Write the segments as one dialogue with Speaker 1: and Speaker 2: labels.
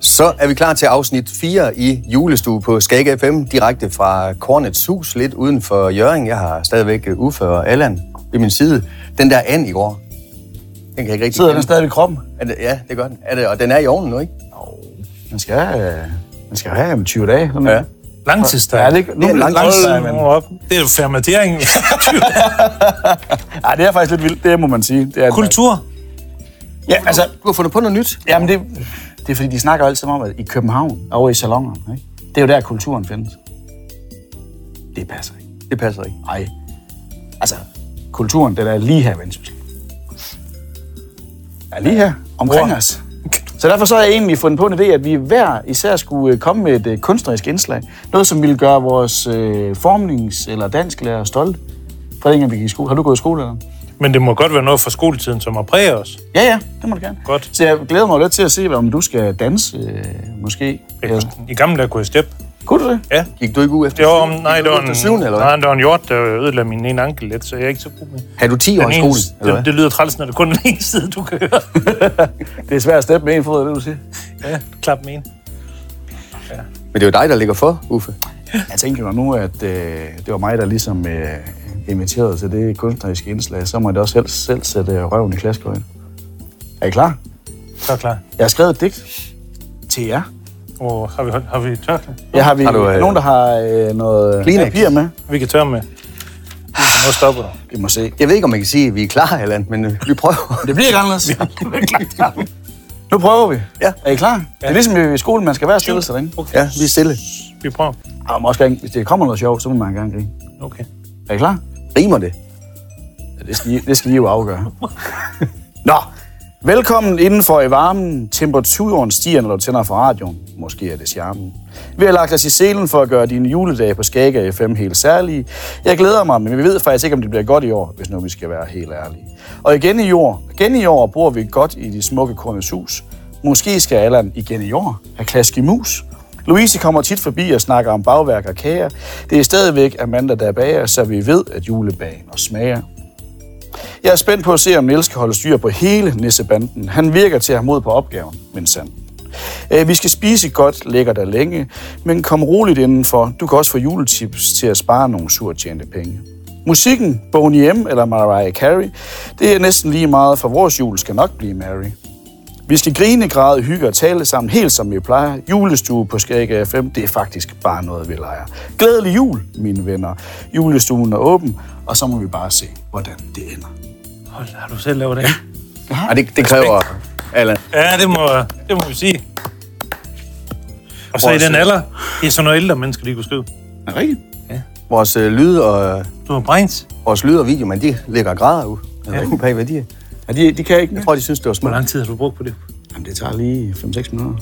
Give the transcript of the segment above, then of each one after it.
Speaker 1: Så er vi klar til afsnit 4 i julestue på Skag FM, direkte fra Kornets Hus, lidt uden for Jøring. Jeg har stadigvæk Uffe og Allan ved min side. Den der and i går, den kan jeg ikke rigtig
Speaker 2: Sidder den
Speaker 1: kende.
Speaker 2: stadig i kroppen?
Speaker 1: Er det, ja, det gør den. Er det, og den er i ovnen nu, ikke?
Speaker 2: Man skal, øh, man skal have om 20 dage. Sådan
Speaker 1: Ja.
Speaker 2: Ja, det,
Speaker 3: Langtidsdag.
Speaker 2: nu,
Speaker 1: Det er
Speaker 2: det er
Speaker 1: lang-
Speaker 2: langt,
Speaker 3: Hold
Speaker 2: langt,
Speaker 3: nu
Speaker 2: men,
Speaker 3: op. Det er fermentering.
Speaker 2: ej, det er faktisk lidt vildt, det må man sige. Det er,
Speaker 3: Kultur.
Speaker 2: Ja, altså,
Speaker 1: Du har fundet på noget nyt.
Speaker 2: jamen det, det er fordi, de snakker altid om, at i København, over i salongerne, ikke? det er jo der, kulturen findes. Det passer ikke.
Speaker 1: Det passer ikke.
Speaker 2: Ej. Altså, kulturen, den er lige her, Vendsyssel. Ja, lige her. Omkring
Speaker 3: Hvor?
Speaker 2: os. Så derfor så har jeg egentlig fundet på en idé, at vi hver især skulle øh, komme med et øh, kunstnerisk indslag. Noget, som ville gøre vores øh, formnings- eller dansklærer stolte. For det vi gik i skole. Har du gået i skole eller?
Speaker 3: Men det må godt være noget fra skoletiden, som har præget os.
Speaker 2: Ja, ja, det må du gerne.
Speaker 3: Godt.
Speaker 2: Så jeg glæder mig lidt til at se, hvad- om du skal danse, øh, måske. Øh,
Speaker 3: Jeg kunne- I gamle dage kunne jeg steppe.
Speaker 2: Kunne du det?
Speaker 3: Ja.
Speaker 1: Gik du ikke ud efter
Speaker 3: Det var, om,
Speaker 1: syv- gik
Speaker 3: nej,
Speaker 1: du
Speaker 3: det
Speaker 1: ud
Speaker 3: var,
Speaker 1: efter syvende,
Speaker 3: en,
Speaker 1: eller hvad?
Speaker 3: nej, det var en hjort, der ødelagde min ene ankel lidt, så jeg er ikke så god med.
Speaker 1: Har du 10 år i
Speaker 3: Den
Speaker 1: skolen,
Speaker 3: ene-
Speaker 1: eller
Speaker 3: det,
Speaker 1: hvad?
Speaker 3: det lyder træls, når det kun er den ene side, du kan høre.
Speaker 2: Det er svært at steppe med en fod, er det du siger.
Speaker 3: ja, klap med en.
Speaker 1: Men det er jo dig, der ligger for, Uffe.
Speaker 2: Jeg tænker jo nu, at øh, det var mig, der ligesom øh, inviterede til det kunstneriske indslag, så må jeg da også helst selv sætte røven i klaskøjen. Er I klar?
Speaker 3: Så er klar.
Speaker 2: Jeg har skrevet et digt til jer.
Speaker 3: Og har vi, hold- har vi tørklæde?
Speaker 2: Jeg har, vi,
Speaker 1: Har
Speaker 2: har
Speaker 1: du,
Speaker 2: du,
Speaker 1: øh,
Speaker 2: nogen, der har øh, noget
Speaker 1: Kleenex?
Speaker 2: papir med?
Speaker 3: Vi kan tørre med. Nu stopper du.
Speaker 2: Vi må se.
Speaker 1: Jeg ved ikke, om man kan sige, at vi er klar, Allan, men øh, vi prøver.
Speaker 2: Det bliver ikke anderledes. nu prøver vi.
Speaker 1: Ja.
Speaker 2: Er I klar? Det er ligesom i skolen, man skal være stille sig derinde.
Speaker 3: Okay.
Speaker 1: Ja, vi er stille.
Speaker 3: Vi prøver.
Speaker 2: Og man må også gerne, hvis det kommer noget sjovt, så må man gerne grine.
Speaker 3: Okay.
Speaker 2: Er I klar?
Speaker 1: Rimer det?
Speaker 2: Ja, Det skal, I, det skal I jo afgøre. Nå, velkommen indenfor i varmen. Temperaturen stiger, når du tænder for radioen. Måske er det charmen. Vi har lagt os i selen for at gøre dine juledage på Skager FM helt særlige. Jeg glæder mig, men vi ved faktisk ikke, om det bliver godt i år, hvis nu vi skal være helt ærlige. Og igen i år, igen i år bor vi godt i de smukke kornes hus. Måske skal Allan igen i år have klask i mus. Louise kommer tit forbi og snakker om bagværk og kager. Det er stadigvæk Amanda, der bager, så vi ved, at julebagen og smager. Jeg er spændt på at se, om Niels kan holde styr på hele nissebanden. Han virker til at have mod på opgaven, men sandt. Øh, Vi skal spise godt, lækkert og længe, men kom roligt indenfor. Du kan også få juletips til at spare nogle surt tjente penge. Musikken, Boney M. eller Mariah Carey, det er næsten lige meget, for vores jul skal nok blive Mary. Vi skal grine, græde, hygge og tale sammen, helt som vi plejer. Julestue på Skæg FM, det er faktisk bare noget, vi leger. Glædelig jul, mine venner. Julestuen er åben, og så må vi bare se, hvordan det ender.
Speaker 3: Hold, har du selv lavet det?
Speaker 1: Nej, det, det kræver, Allan.
Speaker 3: Ja, det må, det må vi sige. Og så i den alder, det er sådan noget ældre mennesker, de kunne skrive.
Speaker 2: Er det rigtigt?
Speaker 1: Vores øh, lyd og,
Speaker 3: Du har brændt.
Speaker 1: vores lyd og video, men de ligger og græder ud. Ja. Ude bag, hvad de er.
Speaker 2: Ja, de, de kan ikke
Speaker 1: Jeg
Speaker 2: mere.
Speaker 1: tror, de synes, det var
Speaker 3: Hvor
Speaker 1: smukt.
Speaker 3: lang tid har du brugt på det?
Speaker 2: Jamen, det tager lige 5-6 minutter.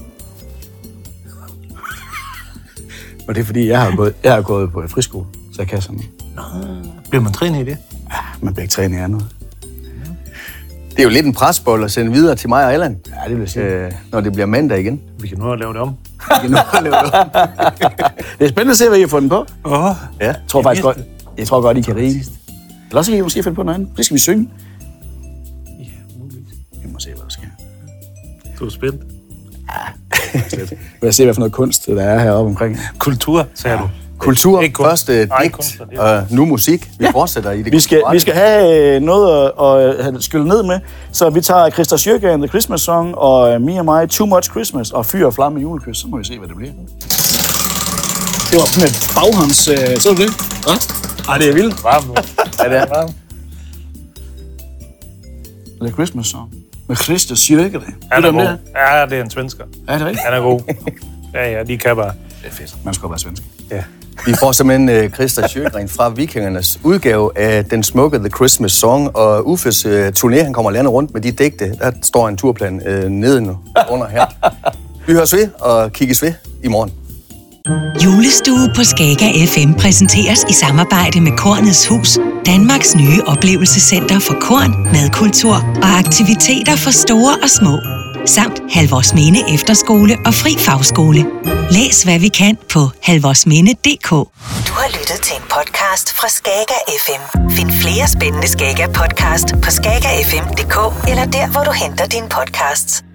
Speaker 2: Og det er fordi, jeg har gået, jeg har gået på friskole, så jeg kan sådan.
Speaker 3: Bliver man trænet i det?
Speaker 2: Man bliver ikke trænet i andet.
Speaker 1: Det er jo lidt en presbold at sende videre til mig og Allan,
Speaker 2: Ja, det vil jeg sige.
Speaker 1: øh, når det bliver mandag igen.
Speaker 3: Vi kan nå at lave det om.
Speaker 1: Vi kan nå at lave det om.
Speaker 2: Det er spændende at se, hvad I har fundet på.
Speaker 3: Åh,
Speaker 1: ja.
Speaker 2: Jeg tror
Speaker 3: Det
Speaker 2: faktisk godt,
Speaker 3: næste.
Speaker 2: jeg tror godt, I kan rige. Eller også kan I måske finde på noget andet. Det skal vi synge. Vi må se, hvad der sker.
Speaker 3: du er spændt.
Speaker 2: Vi vil se, hvad for noget kunst, der er heroppe omkring.
Speaker 3: Kultur, sagde du.
Speaker 1: Kultur,
Speaker 3: Ikke kun-
Speaker 1: først øh,
Speaker 3: Ej,
Speaker 1: digt,
Speaker 3: kunstner, det
Speaker 1: og nu musik. Vi fortsætter i det
Speaker 2: Vi skal, vi
Speaker 1: kulturelle.
Speaker 2: skal have øh, noget at, at have skylle ned med, så vi tager Christa Sjøke and the Christmas Song og øh, Me and My Too Much Christmas og Fyr og Flamme Julekys. Så må vi se, hvad det bliver. Det var med baghånds... Øh, så du det? Ja. Ej, det er vildt.
Speaker 3: Varm nu. Ja, det er varm.
Speaker 2: The Christmas Song. Med Christa Sjøke.
Speaker 3: Han er
Speaker 2: det?
Speaker 3: god. Ja, det er en svensker.
Speaker 2: Er det rigtigt?
Speaker 3: Han er god. Ja, ja, de kan bare.
Speaker 2: Det er fedt. Man skal jo være svensk.
Speaker 3: Ja.
Speaker 1: Vi får simpelthen øh, Christa Sjøgren fra Vikingernes udgave af Den smukke The Christmas Song, og Uffes øh, turné, han kommer landet rundt med de digte. Der står en turplan øh, nedenunder her. Vi høres ved og kigges ved i morgen.
Speaker 4: Julestue på Skaga FM præsenteres i samarbejde med Kornets Hus, Danmarks nye oplevelsescenter for korn, madkultur og aktiviteter for store og små.
Speaker 5: samt Halvorsminde Efterskole og Fri Fagskole. Læs hvad vi kan på halvorsminde.dk.
Speaker 4: Du har lyttet til en podcast fra Skager FM. Find flere spændende Skager podcast på skagerfm.dk eller der, hvor du henter dine podcasts.